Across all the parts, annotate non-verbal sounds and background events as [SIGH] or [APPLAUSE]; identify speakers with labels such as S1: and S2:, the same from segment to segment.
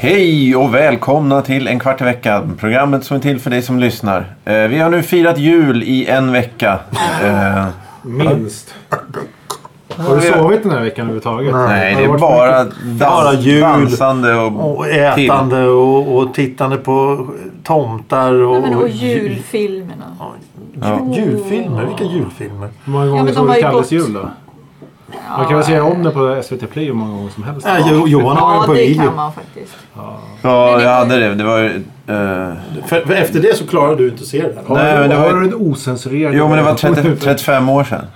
S1: Hej och välkomna till En kvart i veckan, programmet som är till för dig som lyssnar. Eh, vi har nu firat jul i en vecka. Eh,
S2: Minst. Har du sovit den här veckan överhuvudtaget?
S1: nej,
S2: Har
S1: det är
S2: varit
S1: bara,
S3: Bara
S1: dans,
S3: jul.
S1: dansande och,
S3: Och ätande och, och tittande på tomtar och,
S4: Ja, men, och
S3: ju-
S4: julfilmerna.
S3: ju- julfilmer. Vilka julfilmer?
S2: Hur många
S4: Ja,
S2: gånger
S4: men de
S2: såg
S4: har
S2: du
S4: ju
S2: Kalles
S4: gått.
S2: jul då? Man kan väl säga om den på SVT Play hur många gånger som helst.
S5: Äh,
S3: Ja, Jo- Johan har den
S4: Ja,
S3: på
S4: det
S3: video.
S4: kan man faktiskt. [LAUGHS]
S1: Ja, jag hade det. Det var ju, eh,
S5: För, för efter det så klarar du inte att se det här.
S2: Har,
S1: Nej,
S2: du,
S1: men det var
S2: har
S1: ju-
S2: du en ocensurerad?
S1: jo, men det var 30, 35 år sedan.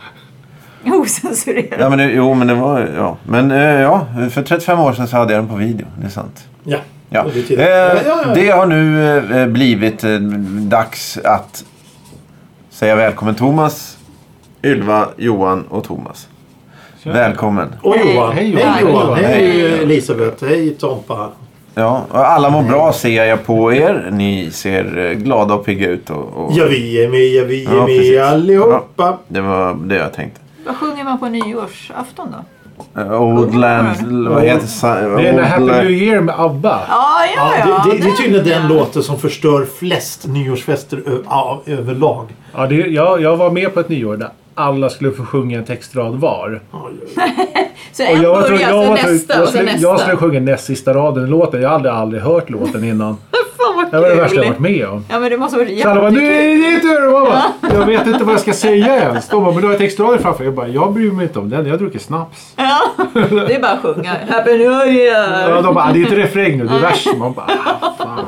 S4: Ocensurerat.
S1: Ja, men det, jo, men det var... Ja. Men eh, ja, för 35 år sedan så hade jag den på video. Det är sant.
S5: Ja.
S1: Ja.
S5: Och det är
S1: Eh,
S5: tidigt. Ja, ja, ja.
S1: Det har nu eh, blivit eh, dags att säga välkommen Thomas, Ylva, Johan och Thomas.
S2: Tja.
S1: Välkommen.
S5: Och Johan.
S2: Hej,
S5: Hej
S2: Johan.
S5: Johan. Hej,
S1: Hej.
S5: Elisabeth. Hej Tompa.
S1: Ja, och alla mår bra ser jag på er. Ni ser eh, glada och pigga ut. Och, och...
S5: Ja vi är med, ja vi är
S1: Ja,
S5: med
S1: precis.
S5: allihopa.
S1: Det var det jag tänkte.
S4: Vad sjunger man på nyårsafton då?
S1: Eh, Old Land... Vad heter sa-
S2: Det är den här Happy
S1: Old Land-
S2: New Year med ABBA.
S4: Ja,
S5: Ja,
S4: ja,
S5: det,
S4: ja.
S5: det, det är
S4: den-
S5: tydligen den låten som förstör flest nyårsfester ö- av- överlag.
S2: Ja, det, jag, jag var med på ett nyår där alla skulle få sjunga en textrad var.
S4: Så en
S2: jag,
S4: börjar, sen
S2: jag, typ-
S4: nästa
S2: jag,
S4: och sen
S2: skulle,
S4: nästa.
S2: jag skulle sjunga näst sista raden i låten. Jag hade aldrig hört låten innan.
S4: [LAUGHS] Fan
S2: Det var det värsta
S4: vad
S2: jag varit
S4: kul.
S2: med om.
S4: Ja, men det måste ha varit
S2: Så alla bara, nu är
S4: jättekul.
S2: det din tur! Man bara, jag vet inte vad jag ska säga ens. De bara, men du har ju textrader framför dig. Jag bara, jag bryr mig inte om den. Jag har druckit snaps.
S4: Ja, [LAUGHS] det är bara att sjunga. Happy New
S2: Ja,
S4: Year!
S2: de bara, det är inte refräng nu, det är vers. Man bara, ah, fan.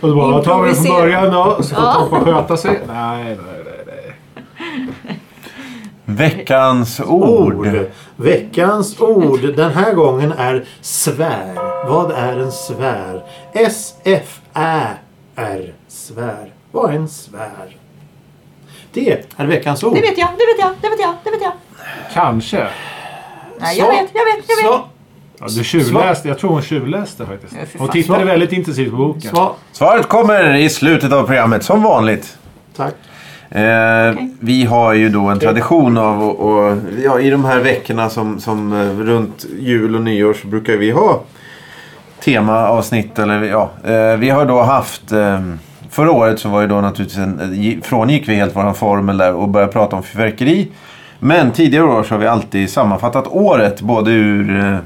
S2: Och då bara, jag tar vi det från
S4: Improvisera.
S2: början då. Så får Tompa sköta sig. Nej, nej, nej. nej.
S1: Veckans ord.
S5: Ord. Veckans ord den här gången är svär. Vad är en svär? S-F-Ä-R. Svär. Vad är en svär? Det är veckans ord.
S4: Det vet jag, det vet jag, det vet jag, det vet jag.
S2: Kanske.
S4: Nej, jag vet, jag vet, jag vet.
S5: Sva-
S2: Ja, du tjuvläste. Jag tror hon tjuvläste faktiskt.
S4: Ja, fy fan.
S2: Hon tittade
S5: Så.
S2: väldigt intensivt på boken.
S5: sva-
S1: Svaret kommer i slutet av programmet, som vanligt.
S5: Tack.
S1: Eh, Vi har ju då en tradition av och, och, ja, i de här veckorna som, som eh, runt jul och nyår så brukar vi ha temaavsnitt. Eller, ja, eh, vi har då haft eh, Förra året så var ju då naturligtvis en, eh, gi- frångick vi helt våran formel där och började prata om fyrverkeri. Men tidigare år så har vi alltid sammanfattat året både ur eh,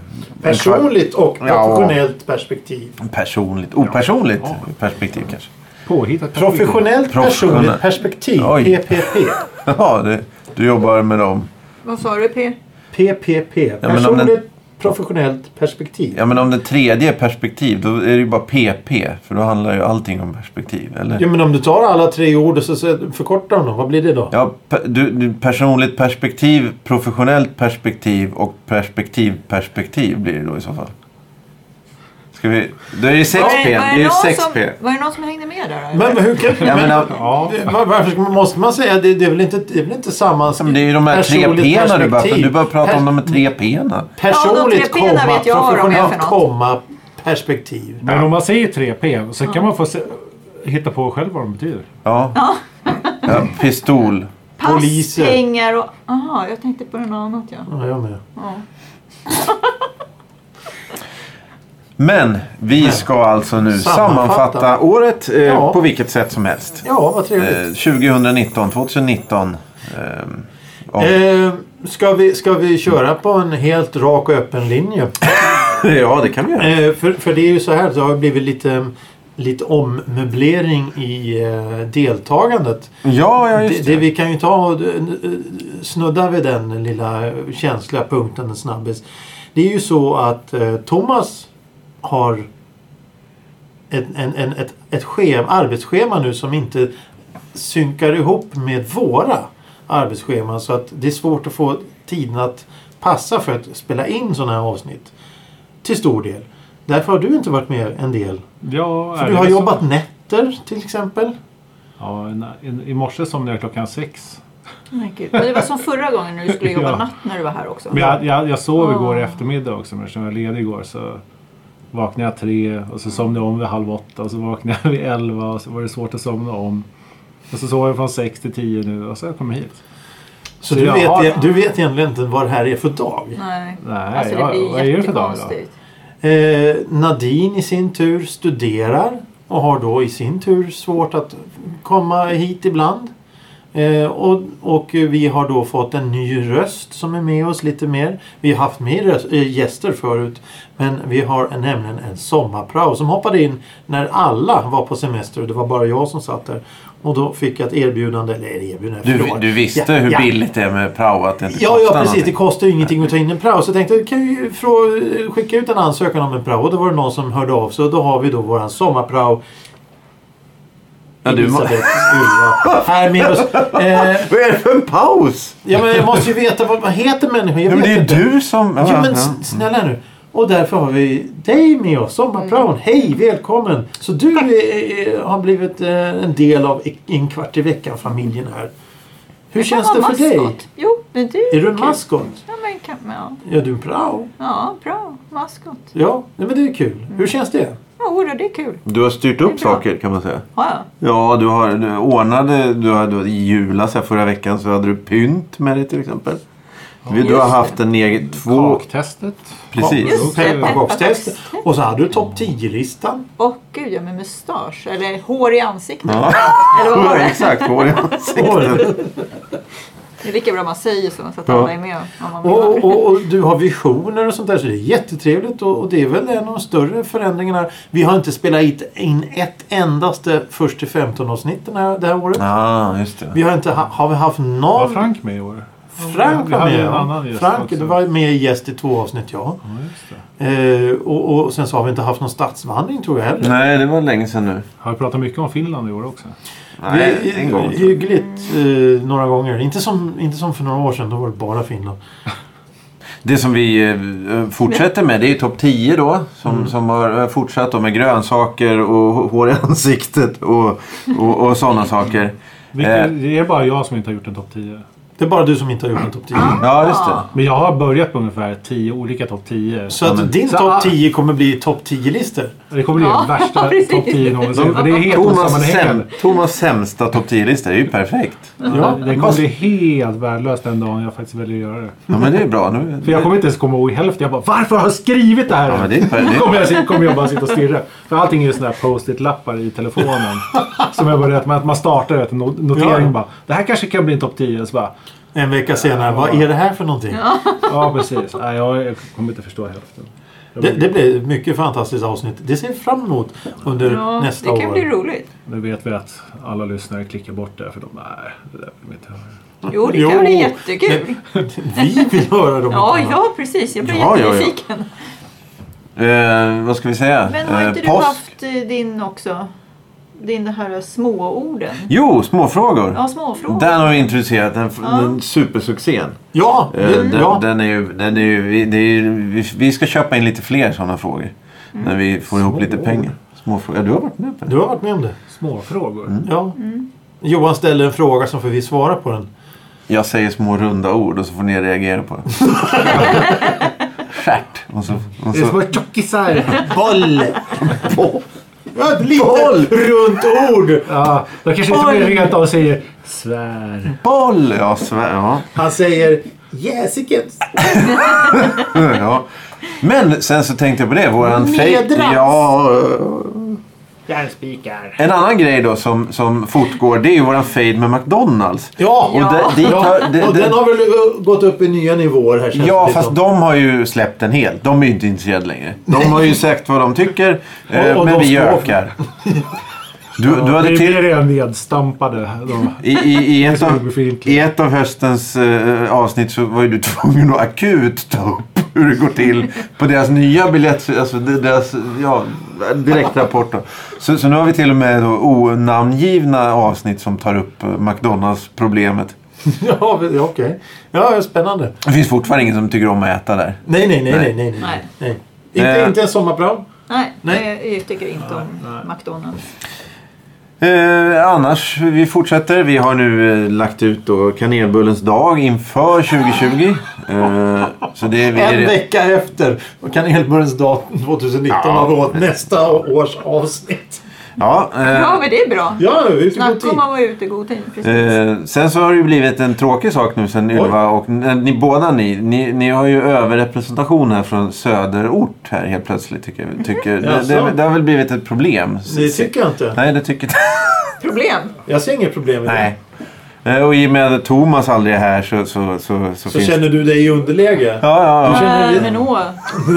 S5: Personligt och
S1: Ja.
S5: professionellt perspektiv.
S1: personligt, opersonligt perspektiv kanske. [LAUGHS]
S2: Påhittat.
S5: Professionellt
S1: Professionellt.
S5: personligt perspektiv.
S1: Oj.
S5: PPP.
S1: Ja, du, du jobbar med dem.
S4: Vad sa du P?
S5: PPP.
S1: Ja, men om den-
S5: Personligt professionellt perspektiv.
S1: Ja men om det tredje är perspektiv då är det ju bara PP. För då handlar ju allting om perspektiv. Eller?
S5: Ja, men om du tar alla tre ord och så så förkortar de dem, vad blir det då?
S1: Ja, pe- du, du, personligt perspektiv, professionellt perspektiv och perspektivperspektiv blir det då i så fall. Ska vi... Då är det 6P. Det är ju 6P.
S4: Var det någon som hängde med där? eller?
S5: Men, men hur kan...
S1: Ja,
S5: men,
S1: men, ja,
S2: Ja.
S5: var- varför ska man- måste man säga det? Det är väl inte, det är väl inte samma...
S1: men det är ju de här tre
S5: personligt
S1: P du börjar,
S5: perspektiv.
S1: du börjar prata om
S5: Per-
S1: de här tre P.
S4: Ja,
S5: Personligt,
S4: de tre P:na
S5: komma,
S4: vet jag vad de är för
S5: professionellt,
S4: något.
S5: komma, perspektiv.
S2: Men om man säger 3P så kan man få se, hitta på själv vad de betyder.
S1: Ja. ja. Pistol.
S4: Pass,
S5: poliser.
S4: pengar och... Jaha, jag tänkte på något annat ja.
S5: Ja, jag med.
S1: Men vi ska alltså nu sammanfatta,
S5: Sammanfatta.
S1: året eh,
S5: Ja.
S1: på vilket sätt som helst.
S5: Ja, vad trevligt.
S1: Eh, 2019, 2019. Eh, om,
S5: Eh, ska, vi, ska vi köra på en helt rak och öppen linje?
S1: ja, det kan vi göra.
S5: Eh, för, för det är ju så här, det har blivit lite, lite ommöblering i eh, deltagandet.
S1: Ja, ja
S5: Det,
S1: just
S5: det,
S1: det.
S5: vi kan ju ta och eh, snudda vid den lilla känsliga punkten en snabbis. Det är ju så att eh, Thomas har ett, en, en, ett, ett schem, arbetsschema nu som inte synkar ihop med våra arbetsscheman. Så att det är svårt att få tiden att passa för att spela in sådana här avsnitt. Till stor del. Därför har du inte varit med en del.
S2: Ja, är
S5: För
S2: det
S5: du
S2: liksom-
S5: har
S2: så?
S5: jobbat nätter till exempel.
S2: Ja, en, en, I morse somnade jag klockan sex.
S4: Nej, gud. Men Det var som förra gången när du skulle jobba
S2: Ja.
S4: natt när du var här också.
S2: Men jag, jag, jag sov igår
S4: Ah.
S2: eftermiddag också men eftersom jag var ledig igår så vaknade jag tre och så somnade jag om vid halv åtta och så vaknade jag vid elva och så var det svårt att somna om. Och så sov jag från sex till tio nu och så har jag kommit hit. Så
S5: Så du
S2: jag
S5: vet,
S2: har-
S5: e- du vet egentligen inte vad det här är för dag.
S4: Nej.
S2: Nej,
S4: alltså det
S2: jag-
S4: blir
S2: vad är det för dag då?
S4: jättekonstigt.
S5: Eh, Nadine i sin tur studerar och har då i sin tur svårt att komma hit ibland. Eh, och, och vi har då fått en ny röst som är med oss lite mer. Vi har haft med röst, eh, gäster förut men vi har en, nämligen en sommarprao som hoppade in när alla var på semester och det var bara jag som satt där. Och då fick jag ett erbjudande, eller erbjudande,
S1: Du,
S5: förlåt.
S1: du visste
S5: Ja,
S1: hur
S5: ja.
S1: billigt det är med prao, att det inte
S5: Ja,
S1: kostar
S5: ja precis. Det
S1: någonting.
S5: kostar ju ingenting att ta in en prao. Så jag tänkte jag kan ju frå- skicka ut en ansökan om en prao. Och då var det någon som hörde av sig. Och då har vi då våran sommarprao.
S1: Ja, du må-
S5: Elisabeth Ylva. Här med oss. Eh,
S1: Vad är det för en paus?
S5: ja, men jag måste ju veta vad, vad heter människan.
S1: Nej,
S5: Jag
S1: men
S5: vet
S1: det är
S5: inte.
S1: du som... Ja,
S5: Ja,
S1: ja.
S5: men s- snälla nu. Och därför har vi dig med oss. Sommarpraon.
S4: Mm.
S5: Hej, välkommen. Så du är, är, har blivit eh, en del av i- en kvart i veckan-familjen här. Hur
S4: Jag kan
S5: känns det
S4: vara
S5: för dig?
S4: maskot. Jo, men det är
S5: Är du en
S4: kul.
S5: maskot?
S4: Ja, men kan, ja.
S5: Är du en prao?
S4: ja, bra. Maskot.
S5: Ja, nej, men det är kul. Hur känns det?
S4: Ja, jodå, det är kul.
S1: Du har styrt
S4: Det är
S1: upp
S4: bra.
S1: saker kan man säga.
S4: Ja, ja.
S1: Ja, du har du ordnade... Du hade, I julas här förra veckan så hade du pynt med dig till exempel. Vi- du
S4: Just
S1: har
S4: det.
S1: haft en egen... Två...
S2: Kaktestet.
S1: Precis.
S4: Just det,
S5: Pepparkakstest.
S4: pepparkakstest.
S5: Och så hade du topp 10-listan.
S4: Åh gud, ja med mustasch. Eller hår i ansiktet.
S1: [LAUGHS] Ja.
S4: Eller vad var det?
S1: Exakt, hår i ansiktet.
S4: Det är lika bra man säger så, så att
S1: Ja.
S4: alla är med om vad man
S5: Och,
S4: menar.
S5: och, och du har visioner och sånt där. Så det är jättetrevligt. Och, och det är väl en av de större förändringarna. Vi har inte spelat hit in ett endaste först till 15 avsnitten här, det här året.
S1: Ja, just det.
S5: Vi har inte ha, har vi haft
S2: Var
S5: någon.
S2: Frank med i år?
S5: Frank
S2: Vi
S5: var
S2: hade
S5: med.
S2: en annan
S5: ja.
S2: gäst
S5: Frank,
S2: också.
S5: du var med gäst i två avsnitt ja.
S2: Ja, just det.
S5: Eh, och, och sen så har vi inte haft någon stadsvandring tror jag heller.
S1: Nej, det var länge sedan nu.
S2: Har vi pratat mycket om Finland i år också?
S1: Nej, en gång. tror jag.
S5: Hyggligt eh, några gånger. Inte som, inte som för några år sedan. Då var det bara Finland.
S1: Det som vi eh, fortsätter med det är topp 10 då. Som,
S2: Mm.
S1: som har eh, fortsatt då med grönsaker och hår i ansiktet och, och, och sådana saker.
S2: Vilket, det är bara jag som inte har gjort en topp 10.
S5: Det är bara du som inte har gjort en topp 10.
S4: Mm.
S1: Ja, just det.
S2: Men jag har börjat på ungefär 10 olika topp 10.
S5: Så att din
S2: Så-
S5: topp 10 kommer bli topp 10-listor.
S2: Det kommer bli
S4: [LAUGHS] Ja,
S2: den värsta
S4: precis.
S2: topp 10 någonsin. För det är helt
S1: Thomas,
S2: osammanhängande.
S1: säm, Thomas sämsta topp 10-lista är ju perfekt.
S2: Ja, det kommer bli helt värdelöst den dagen jag faktiskt väljer att göra det.
S1: Ja, men det är bra. Nu,
S2: För jag kommer inte ens komma ihåg hälften. Jag bara varför har jag skrivit det här?
S1: Ja, men det är per-
S2: Då [LAUGHS] kommer, jag, sit- kommer jag bara sitta och stirra. För allting är ju sådana här post-it-lappar
S1: [LAUGHS]
S2: i telefonen. som jag börjat med att man startar vet, en no- notering
S5: Ja.
S2: bara. Det här kanske kan bli en topp 10. Så bara,
S5: En vecka senare, vad är det här för någonting?
S2: ja precis. Nej, jag, jag kommer inte förstå hälften. Jag
S5: Det,
S2: vet-
S5: det blir ett mycket fantastiskt avsnitt. Det ser vi fram emot under
S4: Ja,
S5: nästa
S4: det kan
S5: år.
S4: bli roligt.
S2: Nu vet vi att alla lyssnare klickar bort det för de nej, det där vill vi inte höra.
S4: Jo, det
S5: Jo.
S4: kan bli jättekul.
S5: Vi vill höra dem.
S4: [LAUGHS] Ja, ja, precis. Jag blir
S1: Ja, ja, ja.
S4: jättenyfiken.
S1: eh, vad ska vi säga?
S4: Men har
S1: Eh,
S4: inte du
S1: påsk?
S4: haft eh, din också? Din det här småorden?
S1: Jo, småfrågor.
S4: Ja, småfrågor.
S1: Den har vi introducerat, den,
S4: Ja.
S1: den supersuccén.
S5: ja,
S1: Eh,
S4: Mm.
S5: det,
S1: Den,
S5: ja.
S1: den är ju, den är ju, vi, det är ju, vi, vi ska köpa in lite fler sådana frågor. När vi får ihop lite pengar. Småfrågor. Ja, du har varit med på det.
S5: Du har varit med om det.
S2: Småfrågor.
S5: Ja.
S4: Mm.
S5: Johan ställer en fråga som för vi svarar på den.
S1: Jag säger små runda ord och så får ni reagera på [LAUGHS] det. Stjärt. Och så, och
S2: Det är
S1: så.
S2: små tjockisar.
S1: [LAUGHS]
S5: Boll! Ja, ett litet runt ord!
S2: Ja, de kanske inte blir rent av och säger svär.
S1: Boll! Ja, svär, ja.
S5: Han säger Jäsikens!
S1: ja. Men sen så tänkte jag på det. Våran
S5: Nedrans.
S1: fej- Ja. eh,
S2: Järnspikar.
S1: En annan grej då som, som fortgår. Det är ju våran fade med McDonalds.
S5: Ja!
S1: Och det, dit hör- det-
S5: Och
S1: det-
S5: den har väl uh, gått upp i nya nivåer här känns det
S1: Ja,
S5: lite
S1: fast [LAUGHS]
S5: som.
S1: de har ju släppt den helt. De är ju inte intresserade längre. De har ju sagt vad de tycker, eh,
S5: [LAUGHS] Och- och
S1: men
S5: de
S1: vi
S5: står för-
S1: ökar. Du, du
S2: Ja,
S1: hade
S2: vi
S1: till...
S2: blir redan nedstampade. då.
S1: I, i, i, ett av,
S2: obefintliga.
S1: I ett av höstens eh, avsnitt så var ju du [LAUGHS] tvungen att akut ta upp hur det går till på deras nya biljett, alltså de- deras ja, direktrapport. Då. Så, så nu har vi till och med då onamngivna avsnitt som tar upp eh, McDonalds-problemet.
S5: Ja, vi- ja, okej. Ja, spännande.
S1: Det finns fortfarande ingen som tycker om att äta där.
S5: Nej, nej, nej, nej,
S1: Nej.
S5: nej. nej, nej.
S4: Nej.
S5: Inte,
S1: Eh.
S5: inte en sommarplan.
S4: Nej,
S5: Nej.
S4: jag tycker inte om McDonalds.
S1: Eh, annars, vi fortsätter. Vi har nu eh, lagt ut då kanelbullens dag inför 2020. Eh, så det är, vi
S5: En
S1: är,
S5: vecka efter och kanelbullens dag [LAUGHS] 2019
S1: Ja.
S5: har varit nästa års avsnitt.
S1: ja,
S4: Ja,
S1: eh,
S4: men det är bra.
S5: Ja, vi ska gå
S4: Snacka
S5: till.
S4: om att vara ute i god tid. Precis.
S1: eh, sen så har det ju blivit en tråkig sak nu sen Ylva och eh, ni båda ni, ni. Ni har ju överrepresentation här från söderort här helt plötsligt tycker jag. Tycker, det, det,
S5: Jaså?
S1: det har väl blivit ett problem.
S5: Det tycker jag inte.
S1: Nej, det tycker inte [LAUGHS]
S4: Problem.
S5: Jag ser inget problem med
S1: Nej. Eh, Och i och med att Thomas aldrig är här så, så, så, så,
S5: det. Så
S1: finns
S5: känner du dig i underläge?
S1: Ja, ja, ja.
S5: känner
S4: Äh,
S5: vi-
S4: men åh.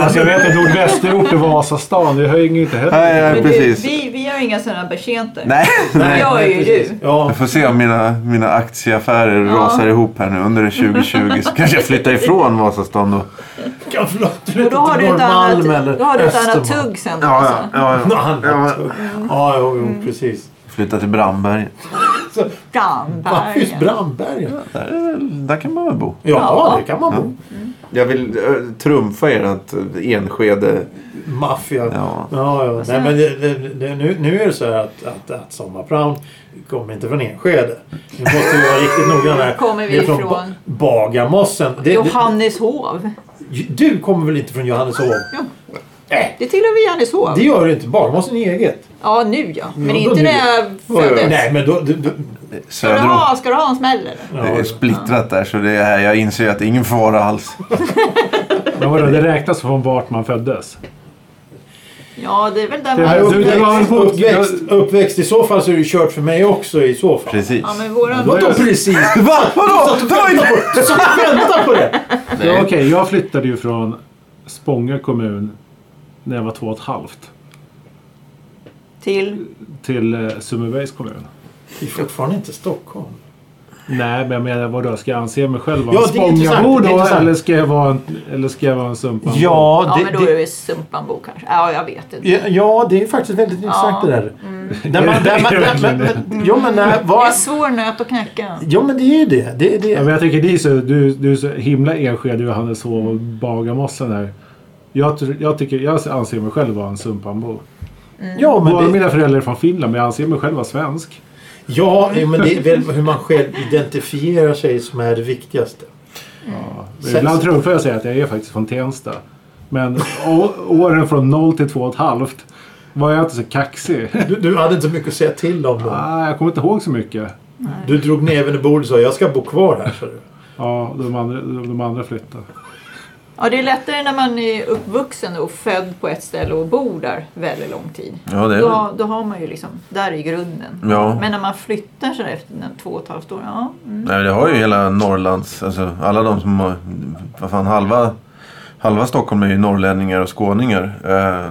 S2: Alltså jag vet att nordvästerort och Vasastan, det hänger ju inte heller.
S1: Nej, ja,
S4: Men du,
S1: precis.
S4: vi, vi har inga sådana patienter.
S1: Nej,
S4: Men
S1: nej.
S4: jag är ju
S5: precis.
S4: du.
S5: Ja,
S1: Jag får se om mina, mina aktieaffärer rasar ihop här nu under 2020 så kanske jag flyttar ifrån Vasastan då.
S5: kan flytta ut
S4: Och då har
S5: till
S4: du ett annat,
S5: Norrmalm eller
S4: då har du ett annat
S5: Östermalm.
S4: tugg sen.
S1: Ja,
S4: Alltså.
S1: ja,
S5: Något
S1: ja.
S5: annat
S1: Ja,
S5: tugg. Ja, jo,
S4: Mm.
S5: jo, precis.
S1: Flytta till Brandberg.
S5: Varför just
S4: Brandbergen.
S5: Brandbergen?
S1: Där, där kan man väl bo.
S5: Ja, det kan man bo.
S1: Jag vill eh, trumfa ert eh, Enskede.
S5: Maffia.
S1: Ja.
S5: Ja, ja. Nej, men det, det, det, nu, nu är det så här att, att, att sommarpraon kommer inte från Enskede. Nu måste vi vara riktigt noggranna här.
S4: Kommer vi
S5: Det är
S4: ifrån?
S5: Ba- Bagarmossen. Det, det,
S4: Johanneshov.
S5: du kommer väl inte från Johanneshov?
S4: Det tillhör vi Johanneshov.
S5: Det gör du inte. Bagarmossen är eget.
S4: Ja, nu ja. Men
S5: Ja, då
S4: inte
S5: nu.
S4: när jag föddes.
S5: Nej, men då... Du, du,
S4: Ska du,
S1: Söderort.
S4: ha, ska du ha en smäll eller?
S1: Det är splittrat där så det är här, jag inser ju att det är ingen fara alls.
S2: Men vadå, det räknas från vart man föddes?
S4: Ja, det är väl där
S2: Det
S4: man...
S2: här- du- det var-
S5: uppväxt, uppväxt, uppväxt. I så fall så är det kört för mig också i så fall.
S1: Precis.
S4: Ja, men våran...
S2: Då är
S5: Vadå precis?
S1: Va? Vadå? Det var inte...
S5: Du satt och väntade på det!
S2: Ja, Okej, jag flyttade ju från Spånga kommun när jag var två och ett halvt
S4: Till...
S2: till eh, Sundbybergs kommun.
S5: Det är fortfarande inte Stockholm.
S2: Nej, men jag menar vadå, ska jag anse mig själv vara
S5: Ja,
S2: en
S5: det är intressant,
S2: Spångabo
S5: det är
S2: då
S5: intressant.
S2: eller ska jag vara en, eller ska jag vara en sumpan?
S5: Ja,
S4: Ja,
S5: det,
S4: men då är det väl Sumpanbo kanske. Ja, jag vet inte.
S5: Ja, ja, det är faktiskt väldigt intressant
S4: Ja.
S5: det där. Där man, där man, där man, men, jo, men, nej,
S4: Det är
S5: vad,
S4: en svår nöt att knäcka.
S5: jo, men det är ju det. det,
S2: Ja,
S5: det.
S2: men jag tänker det är så, du, du är så himla Enskede, Johanneshov och Bagarmossen där. Jag, tr- jag, tycker, jag anser mig själv vara en Sumpanbo.
S5: Ja,
S2: Båda
S5: men, det,
S2: mina föräldrar är från Finland men jag anser mig själv vara svensk.
S5: ja, men det är väl hur man själv identifierar sig som är det viktigaste.
S2: Men Ibland trumfar jag säga att jag är faktiskt från Tensta. Men å- åren från 0 till 2,5 var jag inte så kaxig.
S5: Du, du hade inte så mycket att säga till om då.
S2: Ah, jag kommer inte ihåg så mycket.
S5: Du drog näven i bordet och sa jag ska bo kvar här. sa du.
S2: Ja, de andra, de andra flyttade.
S4: Ja, det är lättare när man är uppvuxen och född på ett ställe och bor där väldigt lång tid.
S1: Ja, det är det.
S4: Då, då har man ju liksom, där är grunden.
S1: Ja.
S4: Men när man flyttar så där efter en- två och ett halvt år, ja. Mm.
S1: Nej, men det har ju hela Norrlands, alltså alla de som har, vad fan, halva, halva Stockholm är ju norrlänningar och skåningar. Eh,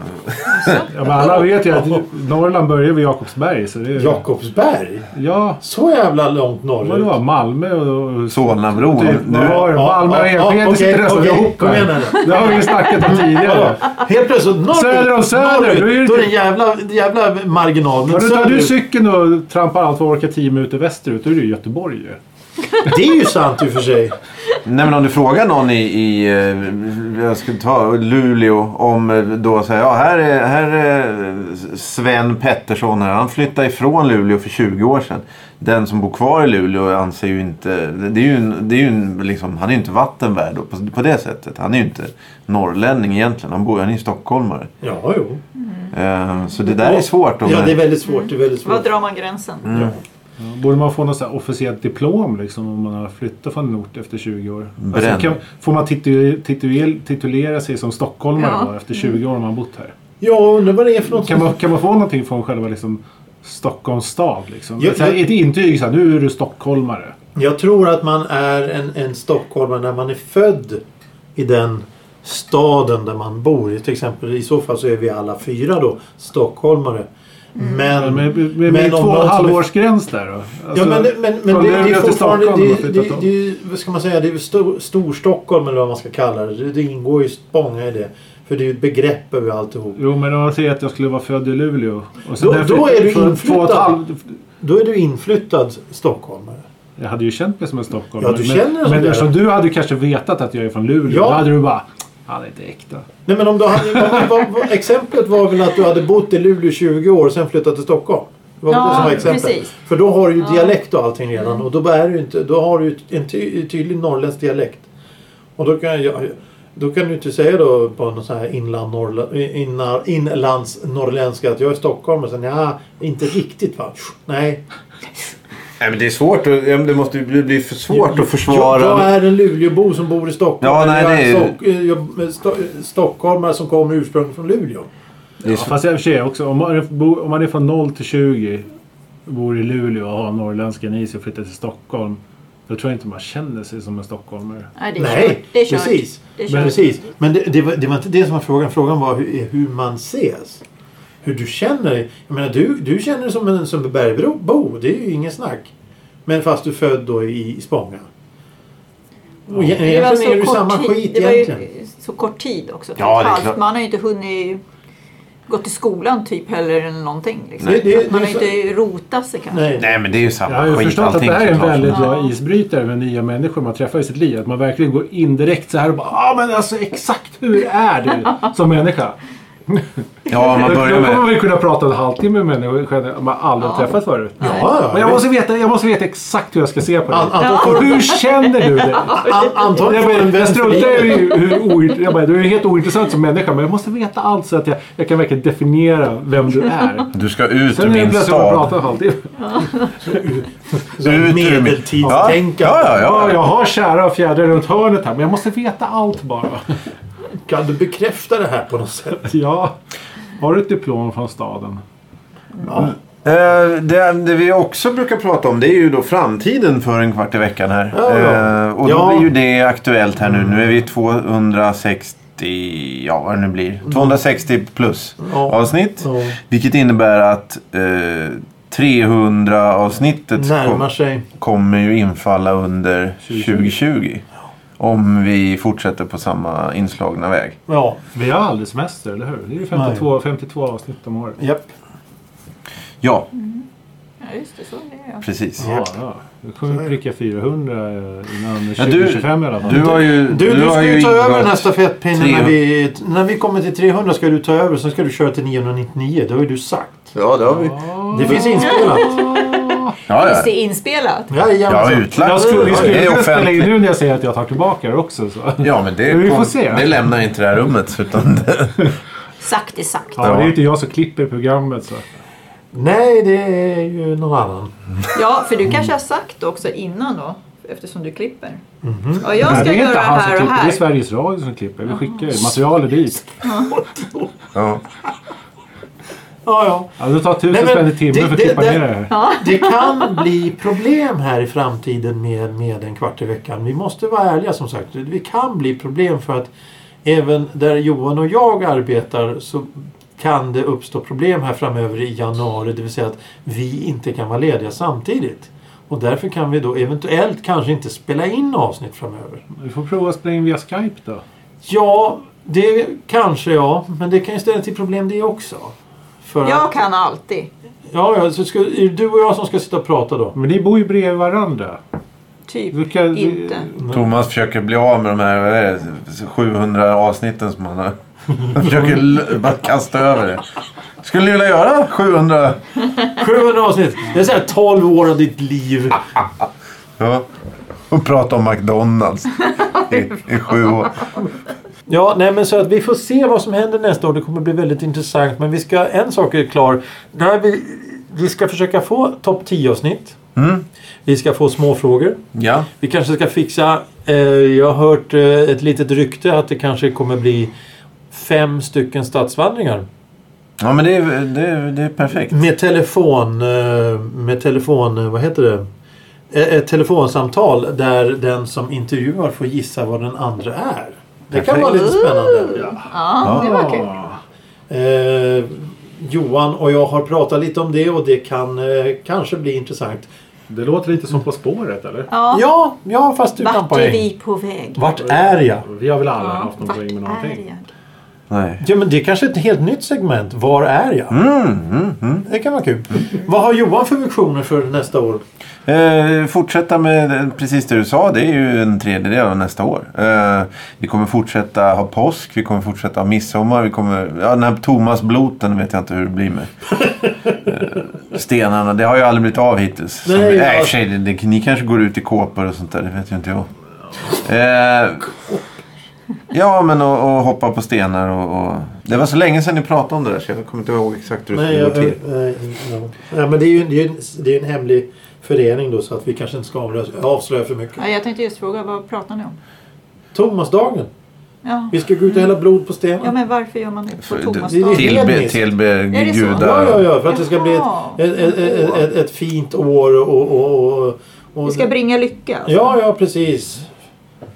S2: Ja, men alla vet ju att Norrland börjar vid Jakobsberg. Så det är,
S5: Jakobsberg?
S2: Ja,
S5: Så jävla långt
S2: vadå?
S5: norrut?
S2: Malmö och...
S1: Solnabron.
S2: Typ, vad
S1: nu,
S2: var det? Malmö och Enskede sitter nästan ihop
S5: Kom igen
S2: här.
S5: här nu.
S2: Det har vi ju snackat om tidigare.
S5: Helt plötsligt norrut.
S2: Söder om söder,
S5: norrut,
S2: då är det-
S5: Då är det en jävla, jävla marginal. Men
S2: Har du, tar du
S5: söderut,
S2: cykeln och trampar allt vad du orkar 10 minuter västerut, då är du i Göteborg ju.
S5: det är ju sant i och för sig.
S1: nej men om du frågar någon i, i eh, jag ska ta Luleå, om eh, då säger ja här är, här är Sven Pettersson här. Han flyttade ifrån Luleå för 20 år sedan. Den som bor kvar i Luleå anser ju inte, det är ju, en- det är ju en, liksom, han är ju inte vattenvärd på, på det sättet. Han är ju inte norrlänning egentligen, han bor han är ju stockholmare.
S5: Ja, jo.
S1: Eh, Så det där är svårt. Om
S5: Ja, det är väldigt svårt. Det är väldigt
S4: Var
S5: svårt.
S4: drar man gränsen?
S5: Mm.
S2: Borde man få något så här officiellt diplom liksom, om man har flyttat från en ort efter 20 år? Alltså,
S1: Bränn.
S2: kan, får man titu, titu, titulera sig som stockholmare
S4: Ja.
S2: då, efter 20 år om man bott här?
S5: Ja, undrar vad det är för något.
S2: Kan man, kan man få någonting från själva liksom, Stockholms stad? Liksom?
S5: Jag-
S2: så här,
S5: jag-
S2: ett intyg så här, nu är du stockholmare.
S5: Jag tror att man är en, en stockholmare när man är född i den staden där man bor. Till exempel i så fall så är vi alla fyra då stockholmare. Men,
S2: Men med, med, med,
S5: men om
S2: två och
S5: någon
S2: en
S5: som är-
S2: halv års gräns där då?
S5: Ja,
S2: Alltså,
S5: men, men, men
S2: från
S5: det, det
S2: Luleå
S5: är
S2: till
S5: fortfarande...
S2: Stockholm har
S5: Det, det,
S2: flyttat
S5: det,
S2: om.
S5: är ju- vad ska man säga? Det är stor, Storstockholm eller vad man ska kalla det. Det, det ingår ju Spånga i det. För det är ju ett begrepp över alltihop.
S2: Jo, men om man säger att jag skulle vara född i Luleå. Och sen
S5: Då-
S2: när jag
S5: då
S2: flyttade
S5: är du
S2: för två och ett
S5: inflyttad.
S2: halvt-
S5: Då är du inflyttad stockholmare.
S2: Jag hade ju känt mig som en stockholmare.
S5: Ja, du
S2: men-
S5: känner dig som
S2: Men
S5: det.
S2: eftersom du hade kanske vetat att jag är från Luleå.
S5: Ja.
S2: Då hade du bara... Han är inte äkta.
S5: Nej men om du hade, om, om, om, exemplet var väl att du hade bott i Luleå 20 år och sen flyttat till Stockholm. Det var
S4: Ja,
S5: det som var exempel.
S4: precis.
S5: För då har du ju
S4: Ja. Mm.
S5: dialekt och allting redan och då, är du inte, då har du ju en ty, tydlig norrländsk dialekt. Och då kan, jag, då kan du inte säga då på någon sån här inland norrla- inna- inlandsnorrländska att jag är Stockholm och sen ja, inte riktigt va? Nej.
S1: Nej, men det är svårt. att- ja, men Det måste ju bli, bli för svårt att försvara.
S5: Jag, jag är en Luleåbo som bor i Stockholm.
S1: Ja, nej,
S5: jag
S1: det är ju-
S5: stock, jag, sto, stockholmare som kommer ursprungligen från Luleå.
S1: Det är
S2: Ja,
S1: sv-
S2: fast i och för sig också, om man, är- bor- om man är från 0 till 20, bor i Luleå och har norrländskan i sig och flyttar till Stockholm. Då tror jag inte man känner sig som en stockholmare.
S4: Nej, det är
S5: Nej,
S4: kört. Det är kört.
S5: precis.
S4: Det är
S5: Men,
S4: kört.
S5: precis. Men det, det, var, det var inte det som var frågan. Frågan var hur, hur man ses. Hur du känner dig. Jag menar, du, du känner dig som en Sundbybergsbo. Det är ju ingen snack. Men fast du är född då i, i Spånga. Och ja.
S4: Det
S5: egentligen
S4: var
S5: är
S4: så
S5: du
S4: kort
S5: samma
S4: tid.
S5: skit
S4: det var
S5: egentligen.
S4: ju så kort tid också.
S1: Ja, det är
S4: Trots allt.
S1: klart.
S4: Man har ju inte hunnit gå till skolan typ heller eller någonting. Liksom.
S5: Nej, det- det
S4: man
S5: är
S4: har
S5: så-
S4: inte rotat sig kanske.
S5: Nej.
S1: Nej, men det är ju
S2: Jag har
S1: samma
S2: ju
S1: skit.
S2: förstått att det här är en
S1: såklart.
S2: väldigt bra
S4: Ja.
S2: isbrytare med nya människor man träffar i sitt liv. Att man verkligen går in direkt så här och bara ah, men alltså exakt hur
S1: [LAUGHS]
S2: är du som människa?
S1: Ja, man
S2: Då då
S1: börjar
S2: kommer man
S1: med...
S2: väl kunna prata en halvtimme med människor man aldrig har träffat förut.
S5: Ja, ja.
S2: Men jag måste, veta, jag måste veta exakt hur jag ska se på
S5: An-
S2: dig.
S5: Anton
S2: Och
S5: får,
S2: hur känner
S1: [LAUGHS]
S2: du dig?
S5: an, antagligen
S2: Jag,
S5: får du en
S2: bara, jag
S5: vänster
S2: struntar
S5: linje.
S2: i hur oint- jag bara, Du är helt ointressant som människa men jag måste veta allt så att jag, jag kan verkligen definiera vem du är.
S1: Du ska ut ur
S2: Sen är det
S1: min
S2: plötsligt man
S1: stad.
S2: pratar en halvtimme.
S1: Du är ut ur min... Ja, ja,
S5: Medeltidstänkande.
S1: ja.
S2: Ja, jag har kära och fjädrar runt hörnet här men jag måste veta allt bara. [LAUGHS]
S5: Kan du bekräfta det här på något sätt?
S2: Ja. Har du ett diplom från staden?
S1: Eh, det, det vi också brukar prata om det är ju då framtiden för en kvart i veckan här.
S5: Ja, ja.
S1: Eh, och då
S5: Ja.
S1: blir ju det aktuellt här
S2: Mm.
S1: nu. Nu är vi 260, ja vad det nu blir,
S2: Mm.
S1: 260 plus
S5: Ja.
S1: avsnitt.
S5: Så
S1: Vilket innebär att eh, 300 avsnittet
S5: närmar
S1: kom,
S5: sig.
S1: kommer ju infalla under
S2: 2020.
S1: 2020. Om vi fortsätter på samma inslagna väg.
S5: Ja.
S2: Vi har aldrig semester, eller hur? Det är ju 52, 52 avsnitt om året.
S5: Japp.
S1: Ja,
S4: Ja, just det. Så är det ja.
S1: precis.
S2: Ja, ja. Nu kommer vi pricka 400 innan
S1: Ja, du-
S2: 2025 i alla fall.
S1: Du har ju...
S5: Du, du, ska
S1: har
S5: ju ta över
S1: ingått-
S5: den här stafettpinnen när
S1: 300.
S5: vi, när vi kommer till 300 ska du ta över sen ska du köra till 999. Det har ju du sagt.
S1: Ja, det har vi.
S5: Det finns inspelat.
S1: Ja, ja.
S4: Visst är det inspelat?
S1: Ja,
S5: Jajamensan.
S1: utlagt.
S2: Jag skulle,
S1: Ja,
S2: vi
S1: det
S2: skulle
S1: är
S2: kunna spela in
S1: offentligt.
S2: nu när jag säger att jag tar tillbaka det också. Så.
S1: Ja, men det,
S2: Men vi får se.
S1: det lämnar inte det här rummet. Utan [LAUGHS] det,
S4: Sagt är sagt.
S2: Ja, det är ju inte jag som klipper programmet. Så.
S5: Nej, det är ju någon annan.
S4: Ja, för du kanske har sagt också innan då. Eftersom du klipper. Ja, jag
S2: Mhm. Nej,
S4: ska
S2: det är
S4: göra
S2: inte
S4: det
S2: han som
S4: här och
S2: klipper, det är
S4: här.
S2: Sveriges Radio som klipper. Vi skickar ju materialet dit.
S1: ja.
S5: Ja, ja.
S2: Ja, det tar tusen
S5: Nej, men
S2: spänn i timmen
S5: det-
S2: för att
S5: det-
S2: klippa
S5: det-
S2: ner det här.
S5: Det kan bli problem här i framtiden med, med en kvart i veckan. Vi måste vara ärliga som sagt. Det kan bli problem för att även där Johan och jag arbetar så kan det uppstå problem här framöver i januari. Det vill säga att vi inte kan vara lediga samtidigt. Och därför kan vi då eventuellt kanske inte spela in avsnitt framöver.
S2: Vi får prova att spela in via Skype då.
S5: Ja, det kanske ja. Men det kan ju ställa till problem det också. För
S4: Jag
S5: att,
S4: kan alltid.
S5: ja, ja, så ska, är det du och jag som ska sitta och prata då?
S2: Men ni bor ju bredvid varandra. Du
S4: Typ
S2: kan-
S4: inte.
S1: Thomas försöker bli av med de här vad är det, 700 avsnitten som han har. [LAUGHS] Han försöker l- bara kasta över det. Skulle ni vilja göra 700?
S5: 700 avsnitt. Det är såhär 12 år av ditt liv.
S1: Ja. Och prata om McDonalds i, i sju år.
S5: Ja, nej men så att vi får se vad som händer nästa år. Det kommer bli väldigt intressant. Men vi ska, en sak är klar. Där vi, vi ska försöka få topp 10 avsnitt.
S1: Mm.
S5: Vi ska få småfrågor.
S1: Ja.
S5: Vi kanske ska fixa... Eh, jag har hört eh, ett litet rykte att det kanske kommer bli fem stycken stadsvandringar.
S1: ja, men det är, det är, det är perfekt.
S2: Mm.
S5: Med telefon... eh, Med telefon... eh, Vad heter det? Eh, Ett telefonsamtal där den som intervjuar får gissa vad den andra är. Det kan vara lite spännande.
S4: Ja, det var kul.
S2: Ah,
S4: Mm.
S5: Eh, Johan och jag har pratat lite om det och det kan eh, kanske bli intressant.
S2: det låter lite som På spåret eller?
S4: Ja,
S5: Ja, ja fast utan
S4: vart är
S5: poäng.
S4: vi på väg?
S5: Vart är jag?
S2: Vi har väl alla
S4: Ja,
S2: haft någon
S4: vart
S2: poäng med
S4: är
S2: någonting.
S4: jag?
S1: Nej.
S5: Ja, men det är kanske ett helt nytt segment. Var är jag?
S1: Mm.
S5: Det kan vara kul. Vad har Johan för visioner för nästa år?
S1: Eh, fortsätta med precis det du sa. Det är ju en tredjedel av nästa år. Eh, vi kommer fortsätta ha påsk. Vi kommer fortsätta ha midsommar. Vi kommer, ja, den här Thomas Bloten vet jag inte hur det blir med. eh, stenarna. Det har ju aldrig blivit av hittills. Som,
S5: Nej,
S1: nej,
S5: jag-
S1: i och för sig, det, det, ni kanske går ut i kåpor och sånt där. Det vet ju inte jag. Eh, ja, men och, och hoppa på stenar och, och... Det var så länge sedan ni pratade om det där så jag kommer inte ihåg exakt hur det skulle
S5: Nej,
S1: gå
S5: jag,
S1: till.
S5: nej, ja. Ja, men det är ju det är ju en, det är en hemlig förening då så att vi kanske inte ska avslöja, avslöja för mycket.
S4: Ja, jag tänkte just fråga, vad pratar ni om?
S5: Thomasdagen.
S4: Ja,
S5: Vi ska gå ut och hälla blod på stenen.
S4: ja men varför gör man det på
S1: För-
S4: Thomasdagen?
S5: det-
S1: Tillbe,
S5: hedniskt.
S1: tillbe
S4: Är det så?
S1: gudar.
S5: Ja, ja, ja, för att det ska bli ett,
S4: Jaha.
S5: ett, ett, ett, ett, ett fint år och... och, och, och
S4: Vi ska bringa lycka? alltså?
S5: Ja, ja, precis.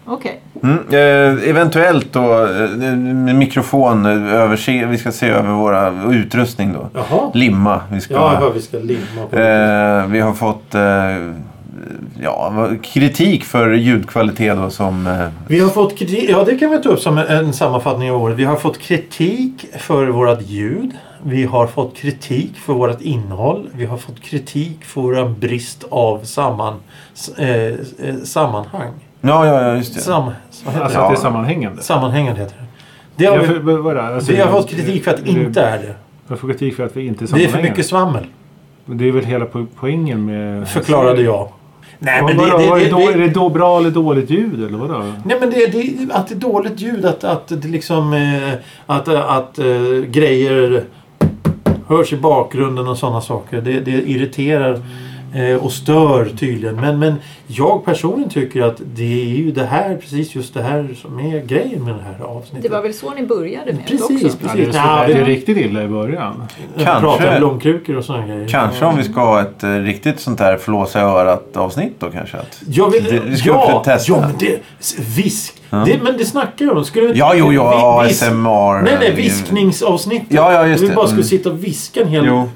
S4: Okej.
S1: Mm, eh, eventuellt då eh, med mikrofon eh, överse, vi ska se över våra utrustning då.
S5: Jaha.
S1: Limma vi ska
S5: Ja, ja, vi ska limma på.
S1: eh, Vi har fått eh, ja, vad- kritik för ljudkvalitet då som eh,
S5: Vi har fått kritik, ja det kan vi ta upp som en, en sammanfattning av året. Vi har fått kritik för vårat ljud. Vi har fått kritik för vårat innehåll. Vi har fått kritik för våran brist av samman, s- eh, eh, sammanhang.
S1: Ja, ja, ja just det.
S5: Sam, vad heter
S2: Alltså
S1: Ja.
S2: att det är sammanhängande.
S5: det? Sammanhängande heter det. det har
S2: Ja,
S5: vi,
S2: för- vad- vad är det? Alltså,
S5: vi har
S2: det-
S5: fått kritik för att
S2: det-
S5: inte är det.
S2: Vi har fått kritik för att vi inte är
S5: Det är för
S2: sammanhängande.
S5: mycket svammel,
S2: Men Det är väl hela po- poängen med...
S5: förklarade jag. Nej men det,
S2: vadå,
S5: det,
S2: vad är,
S5: det,
S2: då, är
S5: det,
S2: det då bra eller dåligt ljud eller vadå?
S5: Nej men det, det, att det är dåligt ljud, att, att det liksom... eh, Att, att eh, grejer hörs i bakgrunden och sådana saker. Det, det irriterar eh, och stör tydligen. Men, men jag personligen tycker att det är ju det här, precis just det här som är grejen med det här avsnittet.
S4: Det var väl så ni började med det
S5: Precis,
S4: också?
S2: Ja, det är,
S5: precis.
S2: så,
S5: Ja,
S2: det är
S5: vi
S2: riktigt illa i början.
S5: pratar
S1: Kanske.
S5: om blomkrukor och sådana grejer.
S1: Kanske om vi ska ha ett eh, riktigt sånt här flåsa i örat avsnitt då kanske. Att...
S5: Jag vill,
S1: Det- vi ska
S5: ja,
S1: också testa.
S5: ja, men det... Visk. Det, men det snackar jag om. Skulle, vi-
S1: Ja, jo, ja,
S5: vi- vis-
S1: ASMR.
S5: Nej, nej, viskningsavsnittet.
S1: Äh, Ja, ja, just
S5: vi
S1: det.
S5: bara skulle
S1: Mm.
S5: sitta och viska en hel...
S1: Jo,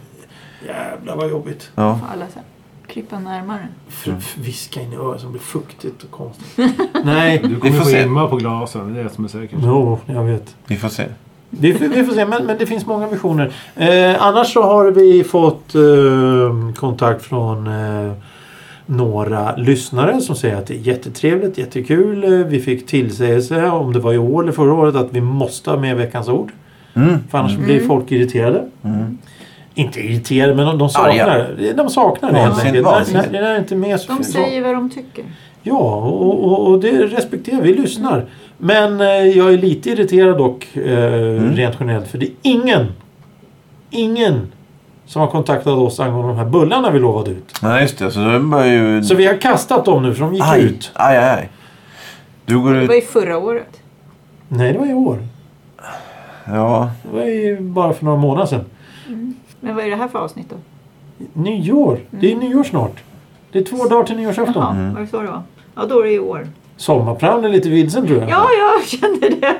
S5: Jävlar vad jobbigt.
S1: ja.
S4: Alla så här, krypa närmare.
S5: F-
S1: Mm.
S5: f- Viska in i örat som blir fuktigt och konstigt. [LAUGHS] nej.
S2: Du kommer
S1: får
S2: få
S1: se.
S2: imma på glasen, det är det som är säkert.
S5: Jo, jag vet.
S1: Vi får se.
S5: Vi, får- vi får se, men, men det finns många visioner. Eh, annars så har vi fått eh, kontakt från eh, några lyssnare som säger att det är jättetrevligt, jättekul. Eh, Vi fick tillsägelse, om det var i år eller förra året, att vi måste ha med Veckans Ord.
S1: Mm.
S5: För annars blir folk irriterade. Inte irriterade, men de, de saknar det. De saknar det helt
S1: Vansinnigt,
S5: enkelt. När-
S1: vansinnigt.
S5: när- när det inte är med så
S4: De säger vad de tycker.
S5: Ja, och, och, och det respekterar vi. Vi lyssnar. Men eh, jag är lite irriterad dock eh, rent generellt för det är ingen, ingen som har kontaktat oss angående de här bullarna vi lovade ut.
S1: Nej, just det. Så den börjar ju...
S5: Så vi har kastat dem nu för de gick
S1: aj,
S5: ut.
S1: aj, aj, aj. Du går
S4: Det
S1: ut...
S4: var ju förra året.
S5: Nej, det var i år.
S1: Ja.
S5: Det var ju bara för några månader sedan.
S4: Men vad är det här för avsnitt då?
S5: Nyår. Det är nyår snart. Det är två dagar till nyårsafton.
S4: Mm. Jaha, var det så det var? Ja, då är det i år.
S5: Sommarpran är lite vilsen tror jag.
S4: Ja, jag kände det.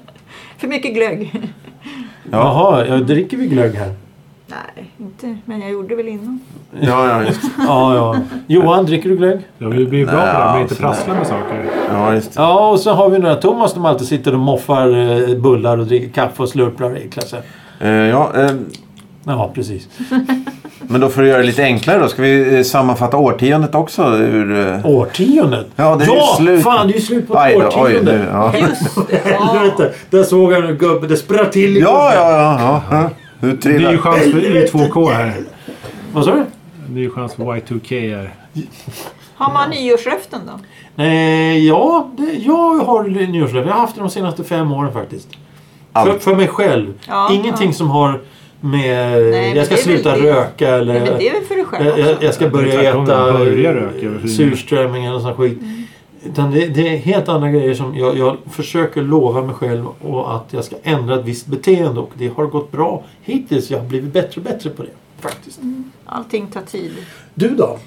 S4: [LAUGHS] För mycket glögg.
S5: Jaha, ja, dricker vi glögg här?
S4: Nej, inte. Men jag gjorde väl innan.
S1: Ja, ja, just det.
S5: Ja, ja. Johan, dricker du glögg?
S2: Jag vill bli bra på det här med att inte
S1: sådär.
S2: prassla med saker.
S1: Ja, just det.
S5: Ja, och så har vi några Thomas som alltid sitter och moffar eh, bullar och dricker kaffe och slurplar i klassen.
S1: Eh, ja, eh,
S5: Ja, precis.
S1: men då för att göra det lite enklare då. Ska vi eh, sammanfatta årtiondet också? Ur, eh...
S5: Årtiondet!
S1: Ja, det är ju slut.
S5: fan det är ju slut på
S1: Aj
S5: ett
S1: då, oj,
S5: årtionde!
S1: nu, ja.
S4: Just det. Ja.
S5: Helvete! Där såg jag en gubbe, det spratt till i
S1: Ja,
S5: gubben.
S1: ja, ja. ja. Du
S2: Det är ju
S1: trillar.
S2: chans för Y2K här.
S5: Vad sa du?
S2: Det är ju chans för Y2K här.
S4: Har man nyårslöften då?
S5: Nej, Eh, ja, det, jag har nyårslöften. Jag har haft det de senaste fem åren faktiskt. För,
S1: Allt.
S5: för mig själv.
S4: Ja,
S5: Ingenting
S4: ja.
S5: som har med...
S4: men
S5: jag ska
S4: det är väl
S5: sluta
S4: det.
S5: röka eller...
S4: Nej, men det är väl för dig själv
S5: Jag,
S4: också?
S5: jag, jag ska börja
S2: det är tvärtom,
S5: äta
S2: börja röka, varför?
S5: surströmming eller sån skit. Utan det, det är helt andra grejer som jag, jag försöker lova mig själv och att jag ska ändra ett visst beteende och det har gått bra hittills. Jag har blivit bättre och bättre på det faktiskt.
S4: Allting tar tid.
S5: Du då?